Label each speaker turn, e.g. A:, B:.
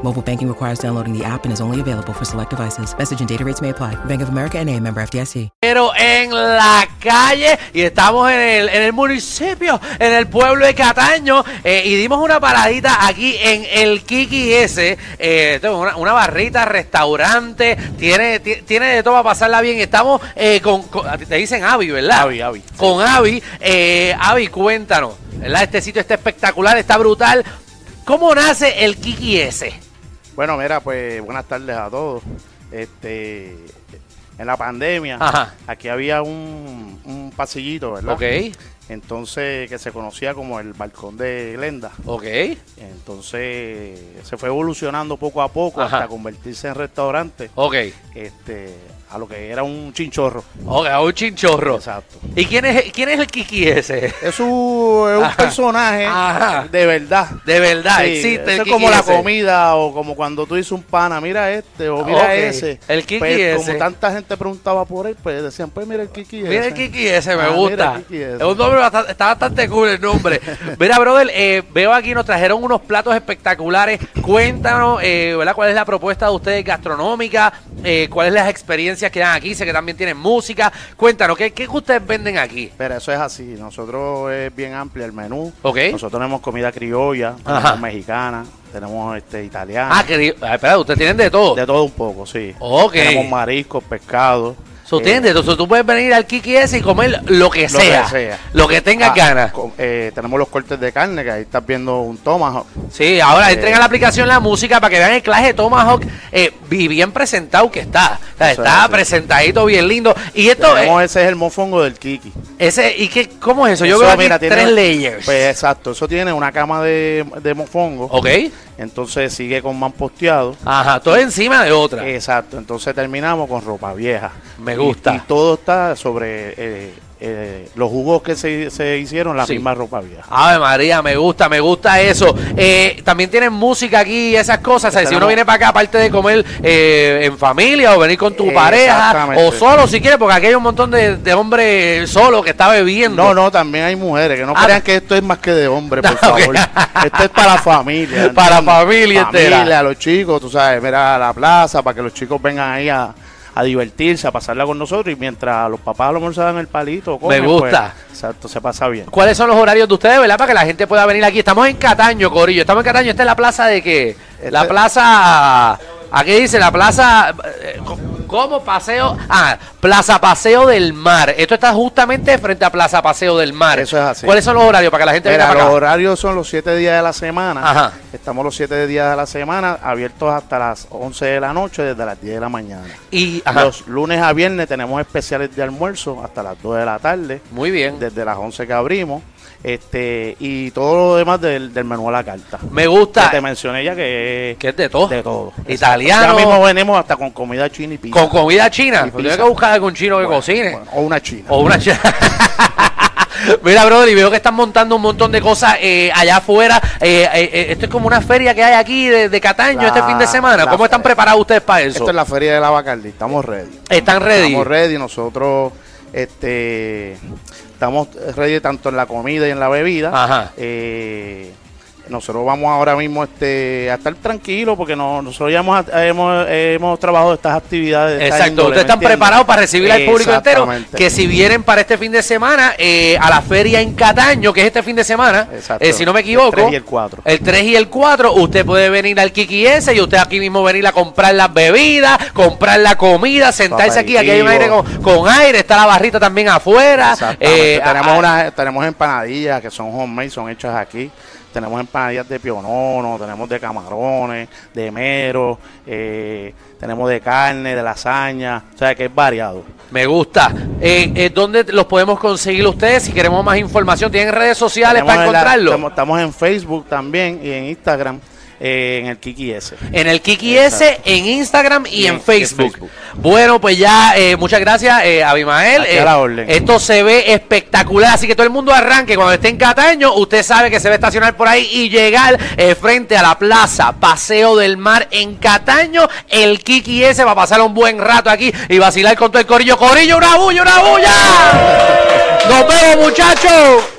A: Mobile banking requires downloading the app and is only available for select devices. Message and data rates may apply. Bank of America and a member FDIC.
B: Pero en la calle y estamos en el, en el municipio, en el pueblo de Cataño eh, y dimos una paradita aquí en el Kiki S. eh, esto es una, una barrita, restaurante, tiene, ti- tiene de todo para pasarla bien. Estamos eh, con, con- a ti te dicen Avi, ¿verdad?
C: Avi, Avi.
B: Con Avi, eh, Avi, cuéntanos, ¿verdad? Este sitio está espectacular, está brutal. ¿Cómo nace el Kiki S?
C: Bueno, mira, pues buenas tardes a todos. Este, en la pandemia,
B: Ajá.
C: aquí había un, un pasillito, ¿verdad?
B: Ok.
C: Entonces, que se conocía como el balcón de Glenda.
B: Ok.
C: Entonces, se fue evolucionando poco a poco
B: Ajá. Oh.
C: hasta convertirse en restaurante,
B: Ok.
C: este, a lo que era un chinchorro.
B: Ok, a un chinchorro.
C: Exacto.
B: ¿Y quién es, quién es el Kiki ese?
C: Es un, es un
B: Ajá.
C: personaje
B: Ajá.
C: de verdad.
B: De verdad,
C: Sí,
B: existe el
C: eso es
B: Kiki
C: como la
B: ese.
C: comida o como cuando tú dices un pana, mira este o mira
B: Ok,
C: ese.
B: el Kiki
C: Pues,
B: ese.
C: Como tanta gente preguntaba por él, pues decían, pues mira el Kiki
B: Mira el Kiki ese, me
C: Ah, mira
B: gusta.
C: el Kiki ese.
B: Es un nombre bastante, está bastante cool el nombre. Mira, brother, eh, veo aquí nos trajeron unos platos espectaculares. Cuéntanos, eh, ¿verdad? ¿Cuál es la propuesta de ustedes gastronómica? Eh, ¿Cuáles las experiencias que dan aquí? Sé que también tienen música. Cuéntanos, ¿qué, qué ustedes venden aquí?
C: Pero eso es así, nosotros es bien amplio el menú.
B: Ok.
C: Nosotros tenemos comida criolla,
B: Ajá.
C: tenemos mexicana, tenemos este italiana,
B: Ah, que, di- ah, espera, ustedes tienen de todo.
C: de todo un poco, sí.
B: Ok.
C: Tenemos mariscos, pescado.
B: So,
C: eh,
B: tienen de todo. So, tú puedes venir al Kiki ese y comer lo que
C: Lo que
B: sea.
C: sea.
B: Lo que tengas
C: ah,
B: ganas.
C: con- eh, tenemos los cortes de carne, que ahí estás viendo un tomahawk.
B: Sí, ahora
C: Eh,
B: entren a la aplicación la música para que vean el clase de Tomahawk eh, y bien presentado que está. O sea,
C: Eso
B: está
C: es así.
B: presentadito, bien lindo. Y esto
C: Tenemos ese es el mofongo del Kiki.
B: es, ese, ¿y qué, cómo es eso? Yo
C: Eso,
B: veo aquí
C: mira, tiene-
B: tres layers.
C: Pues exacto, eso tiene una cama de, de mofongo.
B: ok.
C: Entonces sigue con man posteado.
B: Ajá,
C: eh,
B: todo encima de otra.
C: Exacto, entonces terminamos con ropa vieja.
B: Me gusta.
C: Y, y todo está sobre eh, eh, los jugos que se, se hicieron, la
B: Sí.
C: misma ropa vieja.
B: Ave María, me gusta, me gusta eso. Eh, también tienen música aquí y esas cosas. O sea, si uno
C: Tenemos-
B: viene para acá, aparte de comer eh, en familia o venir con tu pareja
C: Exactamente.
B: o solo si quieres, porque aquí hay un montón de, de hombres solos que está bebiendo.
C: No, no, también hay mujeres que no
B: Ah,
C: crean que esto es más que de hombre, por
B: Ok.
C: favor. Esto es para la familia.
B: Para
C: ¿entiendes?
B: familia entera.
C: Familia, a los chicos, tú sabes, mira a la plaza para que los chicos vengan ahí a, a divertirse, a pasarla con nosotros. Y mientras los papás a lo mejor se dan el palito, o comen, pues,
B: gusta.
C: exacto, se pasa bien.
B: ¿Cuáles son los horarios de ustedes, verdad? Para que la gente pueda venir aquí. Estamos en Cataño, Corillo. Estamos en Cataño. Esta es la plaza de qué? La
C: Este-
B: plaza. Aquí dice la plaza. eh, co- ¿Cómo paseo? Ah, Plaza Paseo del Mar. Esto está justamente frente a Plaza Paseo del Mar.
C: Eso es así.
B: ¿Cuáles son los horarios para que la gente
C: Mira,
B: venga para
C: los
B: acá?
C: horarios son los siete días de la semana.
B: Ajá.
C: Estamos los siete días de la semana, abiertos hasta las 11 de la noche, desde las 10 de la mañana.
B: Y, ajá,
C: Los lunes a viernes tenemos especiales de almuerzo hasta las 2 de la tarde,
B: Muy bien.
C: desde las 11 que abrimos. Este, y todo lo demás del, del menú a la carta.
B: Me gusta.
C: Que te mencioné ya que,
B: Que es de todo.
C: de todo.
B: Italiano.
C: Ya mismo venimos hasta con comida china y pizza.
B: Con comida china.
C: Y
B: Pues Tienes
C: pizza.
B: que buscar algún chino que
C: Bueno,
B: cocine.
C: bueno, o una china.
B: O una cha- Mira, brother, y veo que están montando un montón de cosas eh, allá afuera. Eh, eh, eh, esto es como una feria que hay aquí de, de Cataño
C: La-
B: este fin de semana.
C: la
B: ¿Cómo están
C: feria.
B: preparados ustedes para eso?
C: Esto es la feria de la Bacardi, estamos ready.
B: ¿Están ready?
C: Estamos ready, nosotros este, estamos ready tanto en la comida y en la bebida.
B: Ajá.
C: Eh, Nosotros vamos ahora mismo este, a estar tranquilos porque no, nosotros ya hemos, hemos, hemos trabajado estas actividades. de esta
B: Exacto,
C: índole,
B: ustedes
C: ¿me
B: están
C: entiendes?
B: preparados para recibir al público entero.
C: Exactamente.
B: Que si vienen para este fin de semana eh, a la feria en Cataño, que es este fin de semana,
C: Exacto.
B: eh, si no me
C: El
B: equivoco,
C: 3 y el 4.
B: el 3 y el 4, usted puede venir al Kiki S y usted aquí mismo venir a comprar las bebidas, comprar la comida, sentarse aquí. Aquí hay un aire
C: aperitivo.
B: con, con aire, está la barrita también afuera.
C: Exactamente.
B: eh,
C: tenemos,
B: a- a-
C: unas- tenemos empanadillas que son homemade, son hechas aquí. Tenemos empanadillas de pionono, tenemos de camarones, de mero, eh, tenemos de carne, de lasaña. O sea que es variado.
B: Me gusta. Eh, eh, ¿Dónde los podemos conseguir ustedes? Si queremos más información, ¿tienen redes sociales
C: Tenemos
B: para
C: en la-
B: encontrarlo?
C: estamos, estamos en Facebook también y en Instagram, eh, en el Kiki S.
B: En el Kiki S, en Instagram y,
C: Y
B: en,
C: en
B: Facebook.
C: Facebook.
B: Bueno, pues ya, eh, muchas gracias, eh, Abimael.
C: Aquí
B: Eh,
C: a la orden.
B: Esto se ve espectacular, así que todo el mundo arranque. Cuando esté en Cataño, usted sabe que se va a estacionar por ahí y llegar eh, frente a la plaza Paseo del Mar en Cataño. El Kiki S va a pasar un buen rato aquí y vacilar con todo el corillo. Corillo, una bulla, una bulla. Nos vemos, muchachos.